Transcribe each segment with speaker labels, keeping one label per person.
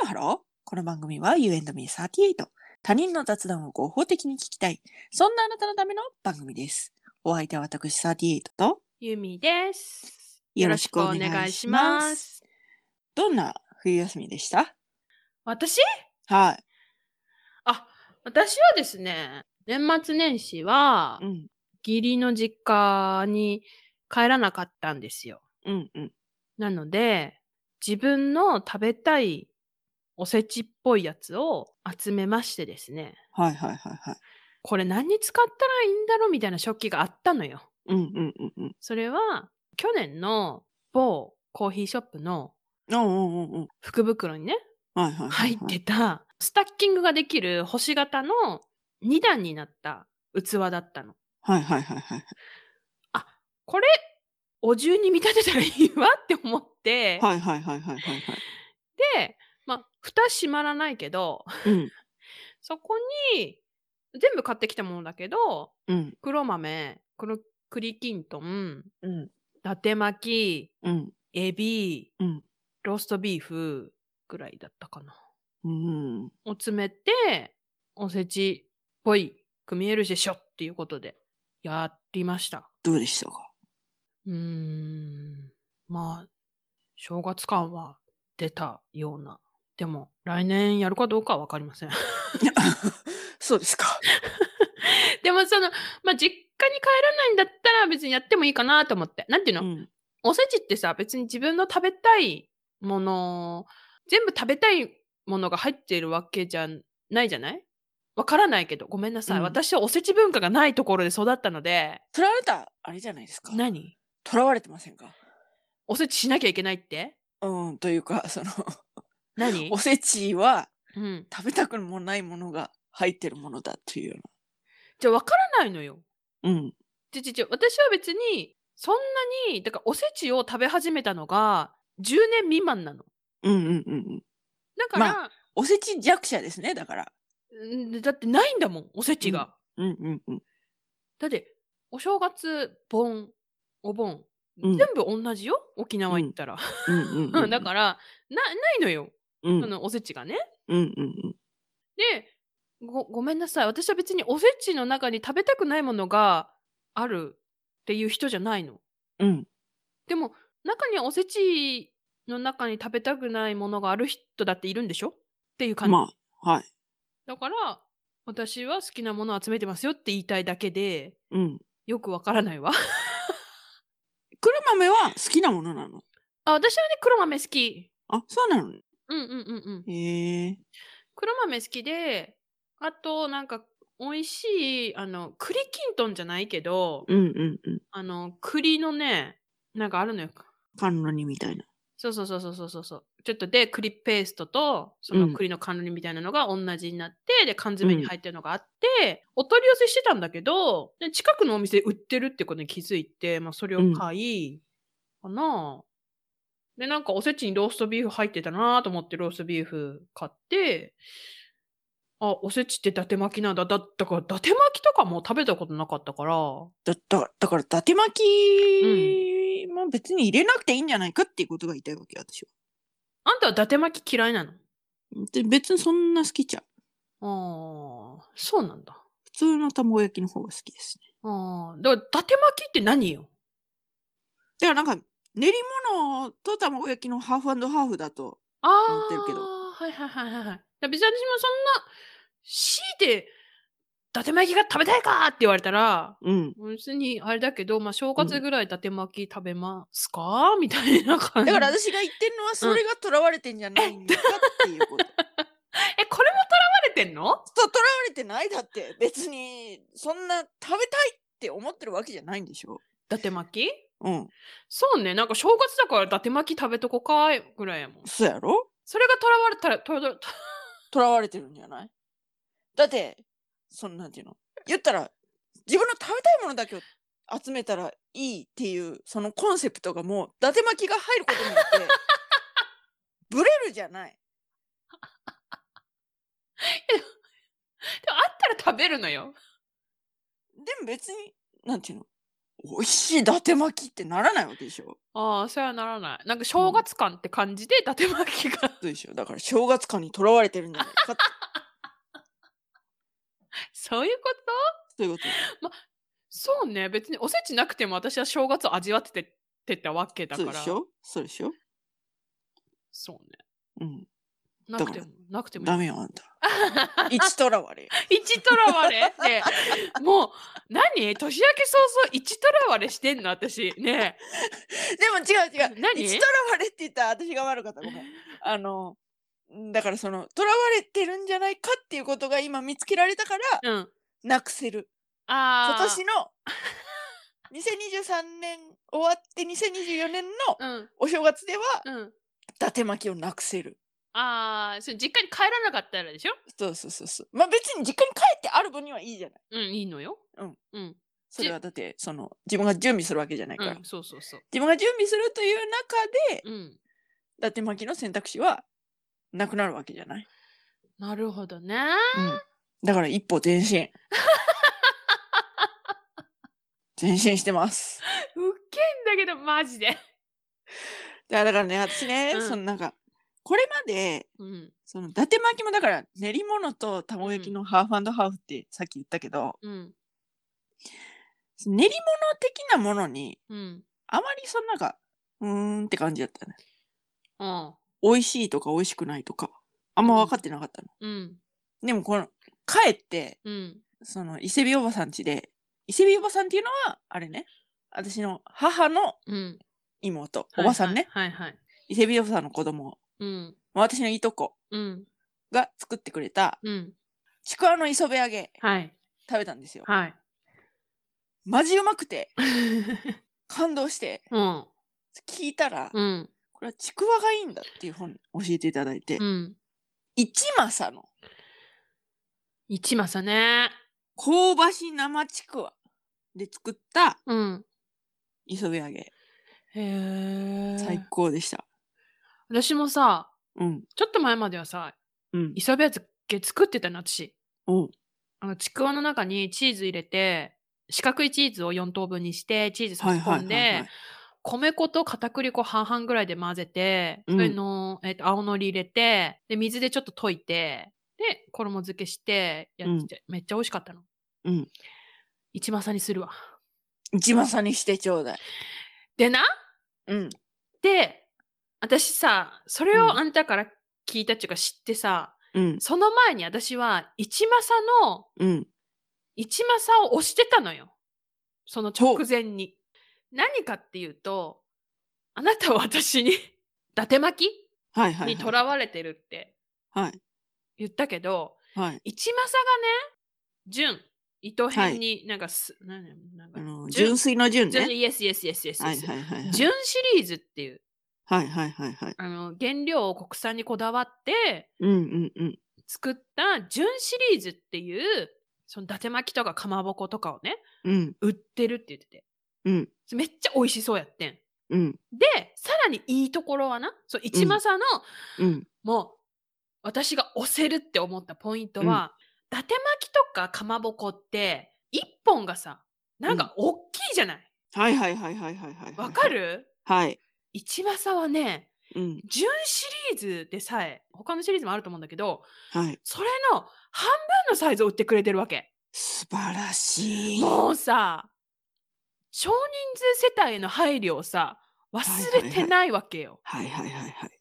Speaker 1: ロハローこの番組は You and me38。他人の雑談を合法的に聞きたい。そんなあなたのための番組です。お相手は私38と
Speaker 2: ゆみです。
Speaker 1: よろしくお願いします
Speaker 2: す。
Speaker 1: どんな冬休みでした
Speaker 2: 私
Speaker 1: は。、
Speaker 2: 私はですね、年末年始はい
Speaker 1: うん。
Speaker 2: 義理の実家に帰らなかったんですよ。
Speaker 1: うんうん。
Speaker 2: なので、自分の食べたいおせちっぽいやつを集めましてですね、
Speaker 1: はいはいはいはい。
Speaker 2: これ何に使ったらいいんだろうみたいな食器があったのよ。
Speaker 1: うんうんうんうん。
Speaker 2: それは、去年の某コーヒーショップの
Speaker 1: うんうんうんうん。
Speaker 2: 福袋にね、
Speaker 1: はいはいはい、
Speaker 2: 入ってたスタッキングができる星型の2段になった器だったの。
Speaker 1: はいはいはいはい。
Speaker 2: これお重に見立てたらいいわって思って、
Speaker 1: はいはいはいはいはいはい。
Speaker 2: で、まあ、蓋閉まらないけど
Speaker 1: うん。
Speaker 2: そこに全部買ってきたものだけど
Speaker 1: うん。
Speaker 2: 黒豆黒栗きんとん
Speaker 1: うん。
Speaker 2: 伊達巻
Speaker 1: うん。
Speaker 2: きエビ、
Speaker 1: うん
Speaker 2: ローストビーフぐらいだったかな。
Speaker 1: うん。
Speaker 2: を詰めておせちっぽいく見えるでしょっていうことでやりました
Speaker 1: どうでしたか
Speaker 2: うーんまあ正月感は出たようなでも来年やるかどうかは分かりません
Speaker 1: そうですか。
Speaker 2: でもそのまあ実家に帰らないんだったら別にやってもいいかなと思ってなんていうの、
Speaker 1: ん。
Speaker 2: おせちってさ別に自分の食べたいもの全部食べたいものが入っているわけじゃないじゃないわからないけどごめんなさい、
Speaker 1: うん
Speaker 2: 私はおせち文化がないところで育ったので
Speaker 1: とらわれた、あれじゃないですか。
Speaker 2: 何
Speaker 1: とらわれてませんか
Speaker 2: おせちしなきゃいけないって
Speaker 1: うん、というか、 その、
Speaker 2: 何
Speaker 1: おせちは
Speaker 2: うん、
Speaker 1: 食べたくもないものが入ってるものだというよ
Speaker 2: じゃあわからないのよ。
Speaker 1: うな。うん。
Speaker 2: ちょちょちょ私は別にそんなにだからおせちを食べ始めたのが10年未満なの。
Speaker 1: うんうんうんうん。
Speaker 2: だから、
Speaker 1: まおせち弱者ですね、だから。
Speaker 2: うんだってないんだもんおせちが。
Speaker 1: うんうんうん。
Speaker 2: だってお正月盆お盆、
Speaker 1: うん
Speaker 2: 全部同じよ沖縄行ったら、
Speaker 1: うんうんうん、
Speaker 2: うん だからなないのよ、
Speaker 1: うん、う
Speaker 2: そ
Speaker 1: ん
Speaker 2: のおせちがね
Speaker 1: うんうん。
Speaker 2: でごごめんなさい私は別におせちの中に食べたくないものがあるっていう人じゃないの
Speaker 1: うん。
Speaker 2: でも中にはおせちの中に食べたくないものがある人だっているんでしょっていう感じ、
Speaker 1: まあ、はい。
Speaker 2: だから私は好きなものを集めてますよって言いたいだけで
Speaker 1: うん。
Speaker 2: よくわからないわ
Speaker 1: 黒豆は好きなものなの
Speaker 2: あ私はね黒豆好き
Speaker 1: あ、そうなのね
Speaker 2: うんうんうんうん。
Speaker 1: へえ。
Speaker 2: 黒豆好きで、あとなんか美味しい、あの、栗きんとんじゃないけど、
Speaker 1: うんうんうん。
Speaker 2: あの、栗のね、なんかあるのよ。
Speaker 1: 甘露煮みたいな。
Speaker 2: そうそうそうそうそうそうそう。ちょっとで、栗ペーストと、その栗の甘露煮みたいなのが同じになって、で、缶詰に入ってるのがあって、お取り寄せしてたんだけど、で近くのお店で売ってるってことに気づいて、まあ、それを買い、かなあで、なんかおせちにローストビーフ入ってたなと思ってローストビーフ買って、あ、おせちって伊達巻きなんだ。だ、だから伊達巻きとかも食べたことなかったから、
Speaker 1: だだだから、伊達巻きも別に入れなくていいんじゃないかっていうことが言いたいわけ、私は。
Speaker 2: あんたは伊達巻き嫌いなの
Speaker 1: で別にそんな好きじゃん。
Speaker 2: ああ、そうなんだ。
Speaker 1: 普通の卵焼きの方が好きですね。
Speaker 2: ああ、だから伊達巻きって何よ
Speaker 1: だからなんか、練り物と卵焼きのハーフハーフだと、
Speaker 2: ああ、
Speaker 1: ってるけど
Speaker 2: はいはいはいはいはい。だ別に私もそんな、強いて、伊達巻きが食べたいかって言われたら、
Speaker 1: うん。
Speaker 2: 別にあれだけど、まあ、正月ぐらい伊達巻き食べますか、みたいな感
Speaker 1: だ
Speaker 2: じ。
Speaker 1: から私が言ってるのは、それが囚われてんじゃないんだっていうこと。
Speaker 2: え、これも囚われてんの
Speaker 1: と、囚われてないだって、別に、そんな食べたいって思ってるわけじゃないんでしょ。
Speaker 2: 伊達巻き
Speaker 1: うん。
Speaker 2: そうね、なんか正月だから伊達巻き食べとこかいぐらいやもん。
Speaker 1: そうやろ
Speaker 2: それが囚われたら、とらと
Speaker 1: 囚われてるんじゃないだって、そのなんていうの言ったら、自分の食べたいものだけを集めたらいいっていう、そのコンセプトがもう、伊達巻きが入ることによって、 ブレるじゃない。
Speaker 2: でもあったら食べるのよ。
Speaker 1: でも別に、なんていうの美味しい伊達巻きってならないわけでしょ
Speaker 2: ああ、そうやならない。なんか正月感って感じで、伊達巻きが
Speaker 1: そ うでしょだから正月感にとらわれてるんじゃないかって
Speaker 2: そういうこ
Speaker 1: そ
Speaker 2: と
Speaker 1: ういうこと
Speaker 2: そうね。別におせちなくても私は正月を味わっててってたわけだか
Speaker 1: そう
Speaker 2: ら。
Speaker 1: でしょそうでしょ
Speaker 2: そうね。
Speaker 1: うん
Speaker 2: なくても、なくてもいい
Speaker 1: ダメよあんた一とらわれよ
Speaker 2: 一とらわれって、もう、何年明け早々一とらわれしてんの私。ね
Speaker 1: でも違う違う
Speaker 2: 何
Speaker 1: 一とらわれって言ったら私が悪かったごめんあのんだからそのとらわれてるんじゃないかっていうことが今見つけられたから
Speaker 2: え。うん。
Speaker 1: なくせる今
Speaker 2: ああ。
Speaker 1: 年の2023年終わって2024年の
Speaker 2: 年。
Speaker 1: お正月では
Speaker 2: うん。うん。
Speaker 1: 伊達巻きをなくせる
Speaker 2: ああ、それ実家に帰らなかったらでしょ
Speaker 1: そうそうそうそうまあ別に実家に帰ってある分にはいいじゃない
Speaker 2: うん、いいのよ。
Speaker 1: うん。
Speaker 2: うん。
Speaker 1: それはだってその自分が準備するわけじゃないから、
Speaker 2: うん、そうそうそう。
Speaker 1: 自分が準備するという中で
Speaker 2: うん。
Speaker 1: 伊達巻きの選択肢はなくなるわけじゃない、
Speaker 2: なるほどね。
Speaker 1: うん、だから一歩前 進前進してます
Speaker 2: うっけんだけど、マジで。
Speaker 1: だからだからね私ね、
Speaker 2: うん
Speaker 1: そのなんかこれまで
Speaker 2: うん。
Speaker 1: その伊達巻きもだから練り物と卵焼きのハーフハーフってさっき言ったけど、
Speaker 2: うん。
Speaker 1: 練り物的なものに
Speaker 2: うん。
Speaker 1: あまりそのなんかうーんって感じだったね
Speaker 2: うん。
Speaker 1: 美味しいとか美味しくないとかあんま分かってなかったの、
Speaker 2: うん。
Speaker 1: でもこの帰って
Speaker 2: うん。
Speaker 1: その伊勢美おばさん家で伊勢美おばさんっていうのはあれね私の母の
Speaker 2: うん。
Speaker 1: 妹おばさんね、
Speaker 2: はいはい。はいはい
Speaker 1: 伊勢美おばさんの子供
Speaker 2: うん。
Speaker 1: 私のいとこ
Speaker 2: うん。
Speaker 1: が作ってくれた
Speaker 2: うん。
Speaker 1: ちくわの磯辺揚げ
Speaker 2: はい。
Speaker 1: 食べたんですよ
Speaker 2: はい。
Speaker 1: マジうまくて感動して
Speaker 2: うん。
Speaker 1: 聞いたら、
Speaker 2: うん。
Speaker 1: これはちくわがいいんだっていう本教えていただいて、
Speaker 2: うん。
Speaker 1: 一政の
Speaker 2: 一マサね。
Speaker 1: 香ばし生ちくわで作った
Speaker 2: うん。
Speaker 1: 磯辺揚げ
Speaker 2: へえ。
Speaker 1: 最高でした、
Speaker 2: 私もさ、
Speaker 1: うん
Speaker 2: ちょっと前まではさ、
Speaker 1: うん
Speaker 2: 磯辺漬け作ってたの、私。
Speaker 1: おう
Speaker 2: あの、ちくわの中にチーズ入れて、四角いチーズを4等分にして、チーズ差
Speaker 1: は
Speaker 2: し
Speaker 1: いはい
Speaker 2: 込
Speaker 1: は
Speaker 2: ん
Speaker 1: いは
Speaker 2: で
Speaker 1: い、
Speaker 2: 米粉と片栗粉半々ぐらいで混ぜて、
Speaker 1: うん
Speaker 2: それの、えっと青のり入れてで水でちょっと溶いてで衣漬けしてやって、めっちゃ美味しかったの。
Speaker 1: うん
Speaker 2: 一マサにするわ。
Speaker 1: 一政にしてちょうだい
Speaker 2: でな
Speaker 1: うん
Speaker 2: で私さそれ
Speaker 1: うん
Speaker 2: をあんたから聞いたっていうか知ってさ、
Speaker 1: うん
Speaker 2: その前に私は一マサの
Speaker 1: うん
Speaker 2: 一マサを押してたのよ。その直前に。何かっていうとあなたは私に伊達巻き
Speaker 1: はいはい
Speaker 2: にと
Speaker 1: はい
Speaker 2: らわれてるって
Speaker 1: はい
Speaker 2: 言ったけど、
Speaker 1: はい
Speaker 2: 一政がね、純、糸編に、なんかす、なんなん
Speaker 1: あ
Speaker 2: か、
Speaker 1: の
Speaker 2: 純
Speaker 1: 純粋の純
Speaker 2: 純、
Speaker 1: ね
Speaker 2: イエスイエスイエスイエス。
Speaker 1: はいはいはいはい
Speaker 2: 純シリーズっていう、
Speaker 1: はいはいはいはい
Speaker 2: あの、原料を国産にこだわって
Speaker 1: うんうんうん
Speaker 2: 作った純シリーズっていう、その伊達巻きとかかまぼことかをね、
Speaker 1: うん
Speaker 2: 売ってるって言ってて。
Speaker 1: うん
Speaker 2: めっちゃ美味しそうやってん。
Speaker 1: うん
Speaker 2: で、さらにいいところはな、そう、一政の、
Speaker 1: うん
Speaker 2: もう私が押せるって思ったポイントは、伊達巻きとかかまぼこって一本がさなんか大きいじゃない
Speaker 1: はいはいはいはいはいはい
Speaker 2: わ、かる
Speaker 1: はい
Speaker 2: 一政はね
Speaker 1: うん
Speaker 2: 純シリーズでさえ他のシリーズもあると思うんだけど
Speaker 1: はい
Speaker 2: それの半分のサイズを売ってくれてるわけ
Speaker 1: 素晴らしい
Speaker 2: もうさ少人数世帯への配慮をさ忘れてないわけよ、
Speaker 1: はいはいはいはい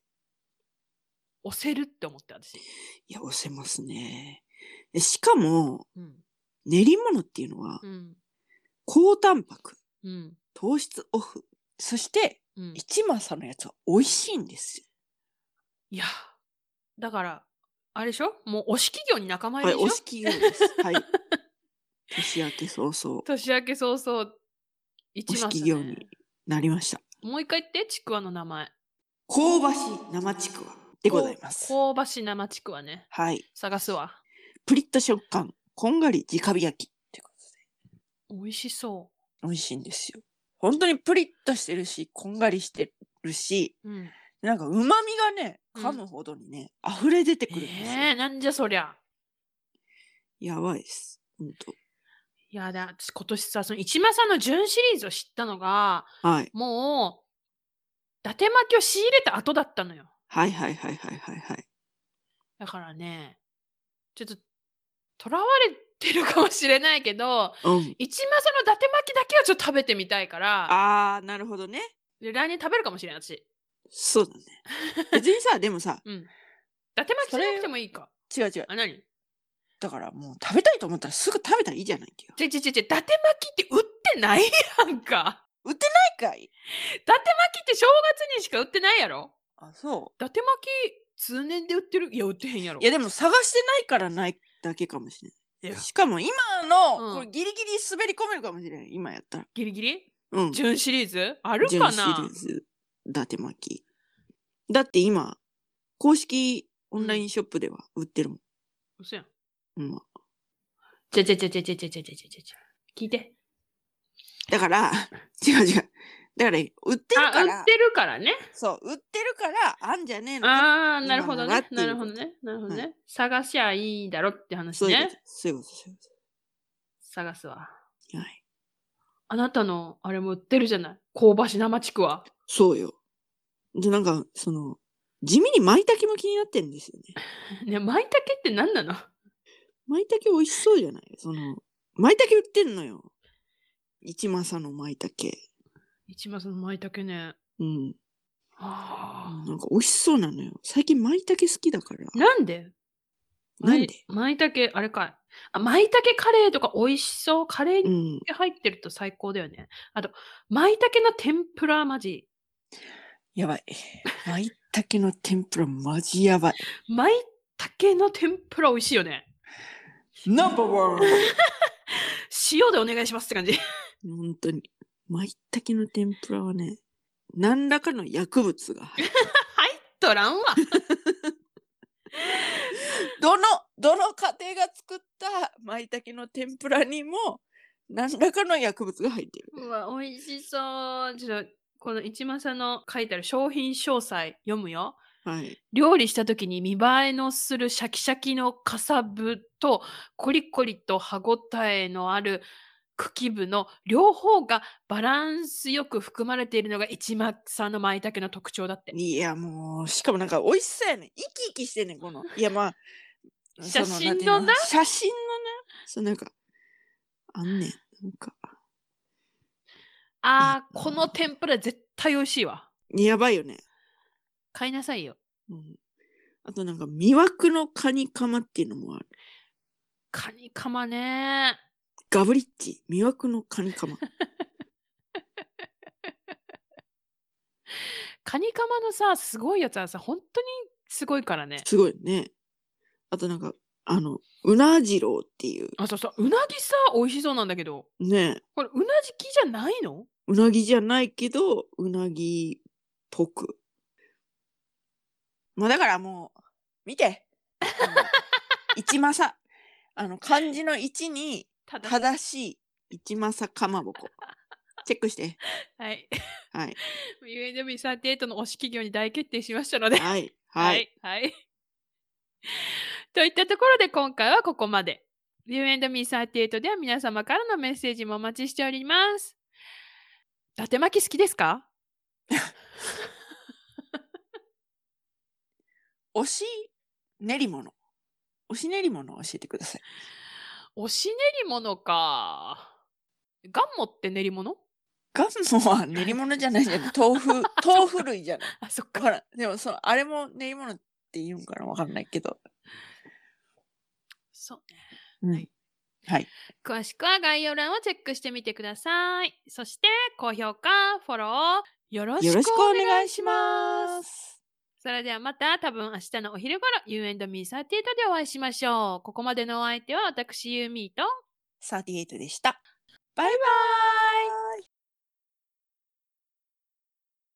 Speaker 2: 押せるって思って私、
Speaker 1: いや、押せますね。えしかも、
Speaker 2: うん
Speaker 1: 練り物っていうのは
Speaker 2: う、ん
Speaker 1: 高タンパク、
Speaker 2: うん
Speaker 1: 糖質オフ、そして、
Speaker 2: うん、
Speaker 1: 一政のやつは美味しいんですよ。
Speaker 2: いや、だから、あれでしょもう推し企業に仲間
Speaker 1: は
Speaker 2: 入
Speaker 1: い、
Speaker 2: りで
Speaker 1: 押
Speaker 2: し
Speaker 1: し
Speaker 2: ょ、
Speaker 1: 切りです。はい。 年明け早々、
Speaker 2: 年明け早々、一
Speaker 1: 推し
Speaker 2: 番、
Speaker 1: 企業になりました。
Speaker 2: もう一回言って、ちくわの名前。
Speaker 1: 香ばしい生ちくわでございます。
Speaker 2: こう香ばしい生ちくわね。
Speaker 1: はい。
Speaker 2: 探すわ。
Speaker 1: プリッと食感、こんがり直火焼きってこと
Speaker 2: 美味しそ
Speaker 1: で、美味しいんですよ。本当にプリッとしてるし、こんがりしてるし、
Speaker 2: う。うん。
Speaker 1: なんか旨味がね、噛むほどにね、溢れ出てくるんですよ。
Speaker 2: えー、なんじゃそりゃ。
Speaker 1: やばいです。ほんと。
Speaker 2: いやだ私今年さその一政の純シリーズを知ったのが
Speaker 1: はい。
Speaker 2: もう伊達巻きを仕入れた後だったのよ
Speaker 1: はいはいはいはいはいはい。
Speaker 2: だからねちょっととらわれてるかもしれないけど
Speaker 1: うん。
Speaker 2: 一政の伊達巻きだけはちょっと食べてみたいから
Speaker 1: あー、なるほどね。
Speaker 2: で来年食べるかもしれない私
Speaker 1: そうだね。別にさ、でもさ、
Speaker 2: うん伊達巻きじゃなくてもいいか
Speaker 1: 違う違う。
Speaker 2: あ何
Speaker 1: だからもう食べたいと思ったらすぐ食べたらいいじゃないんだよ。
Speaker 2: ちょちょちょちょ伊達巻きって売ってないやんか
Speaker 1: 売ってないかい
Speaker 2: 伊達巻きって正月にしか売ってないやろ
Speaker 1: あ、そ
Speaker 2: 伊達巻き通年で売ってるいや売ってへんやろ
Speaker 1: う。いやでも探してないからないだけかもしれ
Speaker 2: い
Speaker 1: な
Speaker 2: や
Speaker 1: い。しかも今の、
Speaker 2: う
Speaker 1: こ
Speaker 2: ん
Speaker 1: れギリギリ滑り込めるかもしれない。今やったら。
Speaker 2: ギリギリ
Speaker 1: うん。
Speaker 2: 純シリーズある
Speaker 1: 純
Speaker 2: か
Speaker 1: シリ
Speaker 2: な
Speaker 1: ーズ伊達巻き。だって今、公式オンラインショップでは売ってるもん。
Speaker 2: 嘘やん
Speaker 1: うん、
Speaker 2: ちゃちゃちゃちゃちゃちゃちゃちゃちゃちゃ聞いて
Speaker 1: だから、 違う違う。だから、売ってるか
Speaker 2: あ売
Speaker 1: ら
Speaker 2: っ、てるからね
Speaker 1: そう、売ってるから、あんじゃねえのか。
Speaker 2: ああなるほ
Speaker 1: 今
Speaker 2: ど
Speaker 1: のがっ
Speaker 2: ね
Speaker 1: ていう
Speaker 2: なるほどねなるほどね、探しゃいいだろって話
Speaker 1: そういうこ
Speaker 2: ね
Speaker 1: と、そういうこと、そういうこ
Speaker 2: 探すわ
Speaker 1: と。はい。
Speaker 2: あなたのあれも売ってるじゃない香ばし生ちくわ
Speaker 1: そうよ。で、なんか、その、地味に舞茸も気になってんですよね。
Speaker 2: ね舞茸って何なの
Speaker 1: 舞茸美味しそうじゃないその、舞茸売ってんのよ。一政の舞茸。
Speaker 2: 一番その舞茸ね
Speaker 1: うん。
Speaker 2: あ
Speaker 1: なんか美味しそうなのよ。最近舞茸好きだから。
Speaker 2: ーなんで
Speaker 1: なんで
Speaker 2: まいたけあれかいあ舞茸カレーとか美味しそうカレー
Speaker 1: う
Speaker 2: に
Speaker 1: ん。
Speaker 2: 入ってると最高だよね、あと舞茸の天ぷらマジ
Speaker 1: やばい。舞茸の天ぷらマジやばい。
Speaker 2: 舞茸の天ぷら美味しいよね
Speaker 1: ナンバーワン
Speaker 2: 塩でお願いしますって感じ
Speaker 1: 本当に。舞茸の天ぷらはね、何らかの薬物が入る。
Speaker 2: 入っとらんわ
Speaker 1: どの、どの家庭が作った舞茸の天ぷらにも、何らかの薬物が入ってる。
Speaker 2: うわ美味しそうちょっとこの一政の書いてある商品詳細読むよ
Speaker 1: はい。
Speaker 2: 料理した時に見栄えのするシャキシャキのかさぶとコリコリと歯ごたえのある茎部の両方がバランスよく含まれているのが一松さんの舞茸の特徴だって。
Speaker 1: いや、もう、しかもなんか美味しそうやねん。生き生きしてんねん、この。いや、まあ、
Speaker 2: 写真
Speaker 1: そな
Speaker 2: のな
Speaker 1: んていう写真のな。そう、なんか、あんねん。なんか、
Speaker 2: あーこの天ぷら絶対美味しいわ。
Speaker 1: やばいよね。
Speaker 2: 買いなさいよ。
Speaker 1: うん。あとなんか、魅惑のカニカマっていうのもある。
Speaker 2: カニカマね
Speaker 1: ガブリッチ、魅惑のカニカ マ。
Speaker 2: カニカマのさすごいやつはさ本当にすごいからね。
Speaker 1: すごいね。あとなんか、あの、うなじろうっていう、
Speaker 2: あそうそううなぎさ美味しそうなんだけど
Speaker 1: ね、
Speaker 2: これうなじきじゃないの
Speaker 1: うなぎじゃないけど、うなぎっぽく。まあだからもう、見て。 あの一正。あの、漢字の一に、
Speaker 2: ただ
Speaker 1: 正しい一正かまぼこ。チェックして。
Speaker 2: はい。
Speaker 1: はい。
Speaker 2: UNW38 の推し企業に大決定しましたので。
Speaker 1: はい。はい。。
Speaker 2: はい。 といったところで今回はここまで。U&Me38 では皆様からのメッセージもお待ちしております。伊達巻き好きですか
Speaker 1: 推し練り物。推し練り物を教えてください。
Speaker 2: おし練り物か。ガンモって練り物
Speaker 1: ガンモは練り物じゃないじゃん。豆腐、 豆腐類じゃない。
Speaker 2: あ、そっ
Speaker 1: ほ
Speaker 2: か。
Speaker 1: ら、でもその、あれも練り物って言うんかなわかんないけど。
Speaker 2: そうね。
Speaker 1: うん。はい。
Speaker 2: 詳しくは概要欄をチェックしてみてください。そして、高評価、フォロー、よろし
Speaker 1: よ
Speaker 2: く
Speaker 1: ろ
Speaker 2: お
Speaker 1: しくお
Speaker 2: 願
Speaker 1: 願
Speaker 2: い
Speaker 1: い
Speaker 2: し
Speaker 1: し
Speaker 2: ます
Speaker 1: ま。す。
Speaker 2: それではまた多分明日のお昼頃 You and me38 でお会いしましょう。ここまでのお相手は私ユーミーと
Speaker 1: 38でした。バイバイ